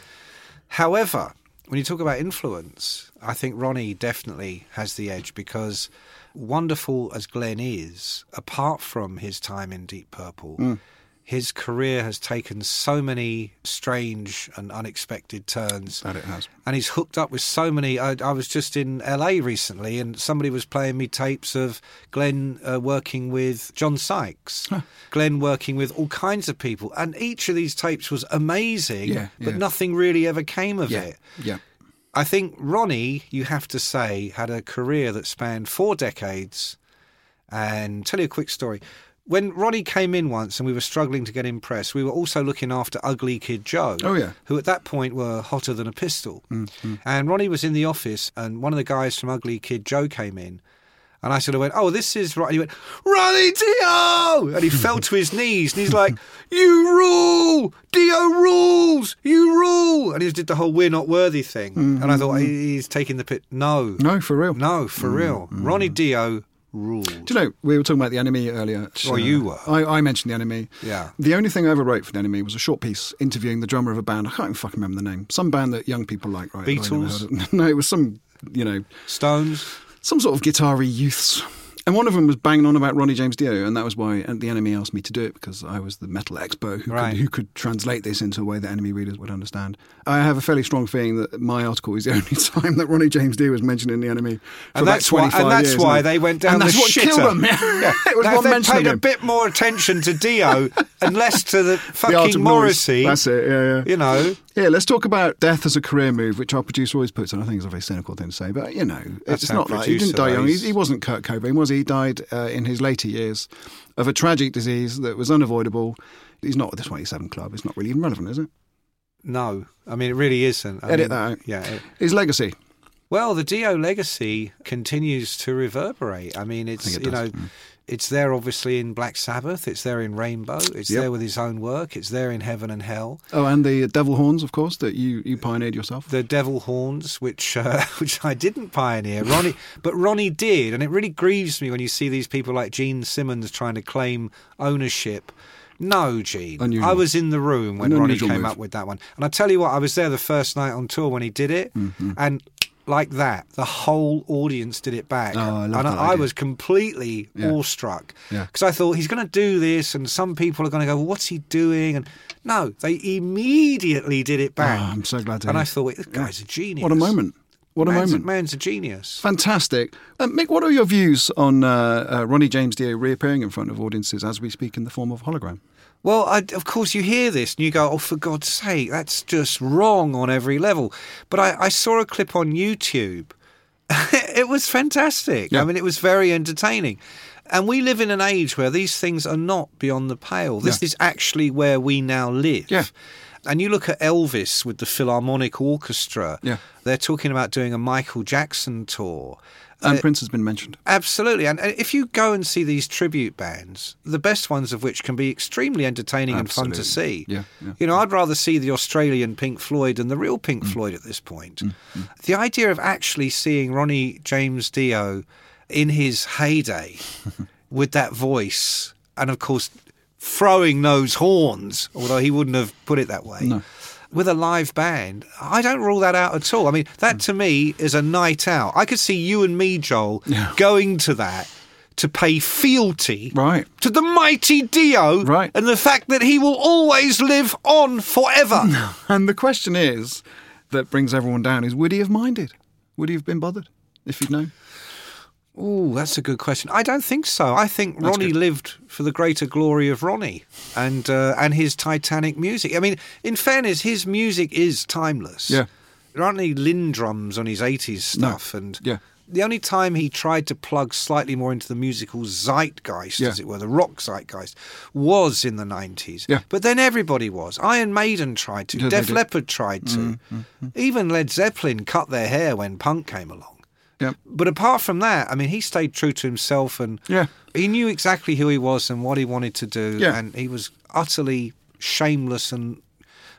However, when you talk about influence, I think Ronnie definitely has the edge because wonderful as Glenn is, apart from his time in Deep Purple, his career has taken so many strange and unexpected turns.
That it has.
And he's hooked up with so many. I, I was just in LA recently, and somebody was playing me tapes of Glenn uh, working with John Sykes, Glenn working with all kinds of people, and each of these tapes was amazing.
Yeah,
but
yeah.
nothing really ever came of it.
Yeah.
I think Ronnie, you have to say, had a career that spanned four decades. And tell you a quick story. When Ronnie came in once and we were struggling to get him press, we were also looking after Ugly Kid Joe.
Oh, yeah. Mm-hmm.
Who at that point were hotter than a pistol. And Ronnie was in the office and one of the guys from Ugly Kid Joe came in. And I sort of went, oh, this is right. And he went, Ronnie Dio! And he fell
*laughs*
to his knees and he's like, you rule! Dio rules! You rule! And he did the whole we're not worthy thing. And I thought, "He- he's taking the pit. No.
Mm-hmm. No, for real. Mm-hmm.
No, for real. Ronnie Dio rules.
Do you know, we were talking about the enemy earlier. Uh,
Well, Oh, you were.
I, I mentioned the enemy.
Yeah.
The only thing I ever wrote for the enemy was a short piece interviewing the drummer of a band. I can't even fucking remember the name. Some band that young people like, right? that I never
Beatles?
heard of. *laughs* no, it was some, you know,
Stones?
some sort of guitar youths. And one of them was banging on about Ronnie James Dio, and that was why the enemy asked me to do it because I was the metal expo who,
Right.
could, who could translate this into a way that enemy readers would understand. I have a fairly strong feeling that my article is the *laughs* only time that Ronnie James Dio was mentioned in the enemy, for
And
about
that's why- and
25
that's
years,
why
isn't it?
they went down
And that's
the
what
shitter.
killed *laughs* them. it was
Now, if
one
they
mention of
paid a
him.
bit more attention
*laughs*
to Dio and less to the
The Art
fucking
of Noise.
Morrissey,
That's it. Yeah, yeah.
you know,
Yeah, let's talk about death as a career move, which our producer always puts on. I think it's a very cynical thing to say, but you know,
That's
it's
how
not like he didn't
producer
die young. He,
is.
he wasn't Kurt Cobain, was he? He died uh, in his later years of a tragic disease that was unavoidable. He's not at the 27 Club. It's not really even relevant, is it?
No, I mean it really isn't. I
Edit
mean,
that out.
Yeah. it-
His legacy.
Well, the Dio legacy continues to reverberate. I mean, it's
think it
you know,
does, mm.
it's there obviously in Black Sabbath. It's there in Rainbow. It's
Yep.
there with his own work. It's there in Heaven and Hell.
Oh, and the devil horns, of course, that you, you pioneered yourself.
The Devil Horns, which uh, *laughs* which I didn't
*laughs*
pioneer, Ronnie, but Ronnie did, and it really grieves me when you see these people like Gene Simmons trying to claim ownership. No, Gene,
Unusual.
I was in the room when
An
Ronnie
unusual
came
move.
up with that one, and I tell you what, I was there the first night on tour when he did it,
Mm-hmm.
and. Like that, the whole audience did it back,
Oh, I love
and
that
I
idea.
was completely
Yeah.
awestruck
Yeah.
because I thought he's going to do this, and some people are going to go, well, "What's he doing?" And no, they immediately did it back.
Ah, I'm so glad to
And
hear.
I thought, wait, this guy's a genius.
What a moment. What a
man's,
moment.
Man's a genius.
Fantastic. Uh, Mick, what are your views on uh, uh, Ronnie James Dio reappearing in front of audiences as we speak in the form of hologram?
Well, I, of course, you hear this and you go, oh, for God's sake, that's just wrong on every level. But I, I saw a clip on YouTube. *laughs* it was fantastic.
Yeah.
I mean, it was very entertaining. And we live in an age where these things are not beyond the pale. This
Yeah.
is actually where we now live.
Yeah.
And you look at Elvis with the Philharmonic Orchestra.
Yeah.
They're talking about doing a Michael Jackson tour. Uh,
And Prince has been mentioned.
Absolutely. And and if you go and see these tribute bands, the best ones of which can be extremely entertaining and fun to
Absolutely.
see.
Yeah, yeah. Mm.
You know, I'd rather see the Australian Pink Floyd than the real Pink Floyd at this point. The idea of actually seeing Ronnie James Dio in his heyday with that voice and, of course, throwing those horns, although he wouldn't have put it that way. With a live band, I don't rule that out at all. I mean, that to me is a night out. I could see you and me,
*laughs*
Joel, going to that to pay fealty
Right.
to the mighty Dio
Right.
and the fact that he will always live on
*laughs*
forever.
And the question is that brings everyone down is would he have minded? Would he have been bothered if he'd known?
Ooh, that's a good question. I don't think so. I think Ronnie lived for the greater glory of Ronnie and uh, and his Titanic music. I mean, in fairness, his music is timeless.
Yeah.
There aren't any Lindrums on his 80s stuff. And
Yeah.
the only time he tried to plug slightly more into the musical zeitgeist,
Yeah.
as it were, the rock zeitgeist, was in the 90s.
Yeah.
But then everybody was. Iron Maiden tried to,
Yeah, they
Def
did. Mm-hmm.
Leppard tried to. Even Led Zeppelin cut their hair when punk came along.
Yep.
But apart from that, I mean, he stayed true to himself and
Yeah.
he knew exactly who he was and what he wanted to do.
Yeah.
And he was utterly shameless and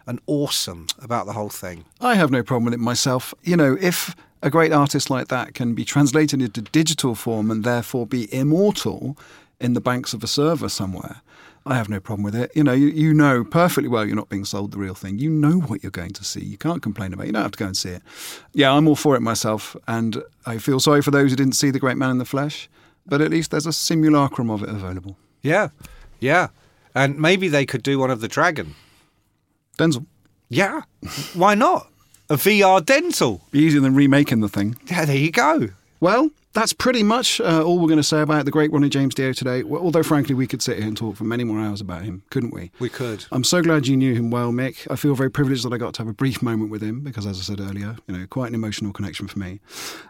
and awesome about the whole thing.
I have no problem with it myself. You know, if a great artist like that can be translated into digital form and therefore be immortal in the banks of a server somewhere, I have no problem with it. You know, you, you know perfectly well you're not being sold the real thing. You know what you're going to see. You can't complain about it. You don't have to go and see it. Yeah, I'm all for it myself. And I feel sorry for those who didn't see The Great Man in the Flesh, but at least there's a simulacrum of it available.
Yeah. Yeah. And maybe they could do one of the dragon.
Denzel.
Yeah. *laughs* Why not? A VR dental.
Easier than remaking the thing.
Yeah, there you go.
Well, that's pretty much uh, all we're going to say about the great Ronnie James Dio today. Well, although, frankly, we could sit here and talk for many more hours about him, couldn't we?
We could.
I'm so glad you knew him well, Mick. I feel very privileged that I got to have a brief moment with him because, as I said earlier, you know, quite an emotional connection for me.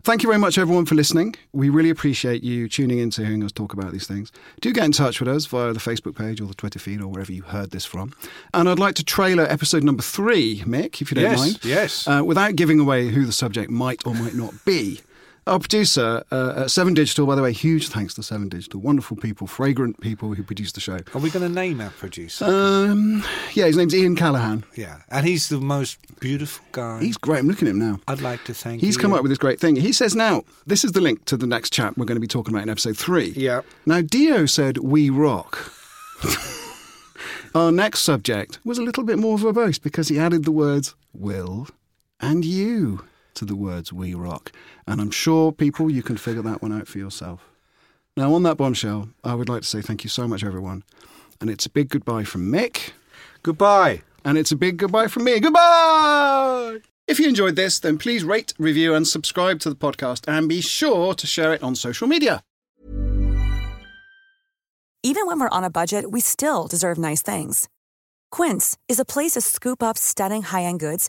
Thank you very much, everyone, for listening. We really appreciate you tuning in to hearing us talk about these things. Do get in touch with us via the Facebook page or the Twitter feed or wherever you heard this from. And I'd like to trailer episode number three, Mick, if you don't
Yes,
mind.
yes.
Uh, without giving away who the subject might or might not be. Our producer uh, at Seven Digital, by the way, huge thanks to Seven Digital. Wonderful people, fragrant people who produce the show.
Are we going to name our producer?
Um, yeah, his name's Ian Callahan.
yeah. And he's the most beautiful guy.
He's great. I'm looking at him now.
I'd like to thank
He's
you.
come up with this great thing. He says now, this is the link to the next chap we're going to be talking about in episode three.
Yeah.
Now, Dio said, We rock. Our next subject was a little bit more verbose because he added the words will and you to the words we rock. And I'm sure, people, you can figure that one out for yourself. Now, on that bombshell, I would like to say thank you so much, everyone. And it's a big goodbye from Mick.
Goodbye.
And it's a big goodbye from me. Goodbye! If you enjoyed this, then please rate, review, and subscribe to the podcast, and be sure to share it on social media.
Even when we're on a budget, we still deserve nice things. Quince is a place to scoop up stunning high-end goods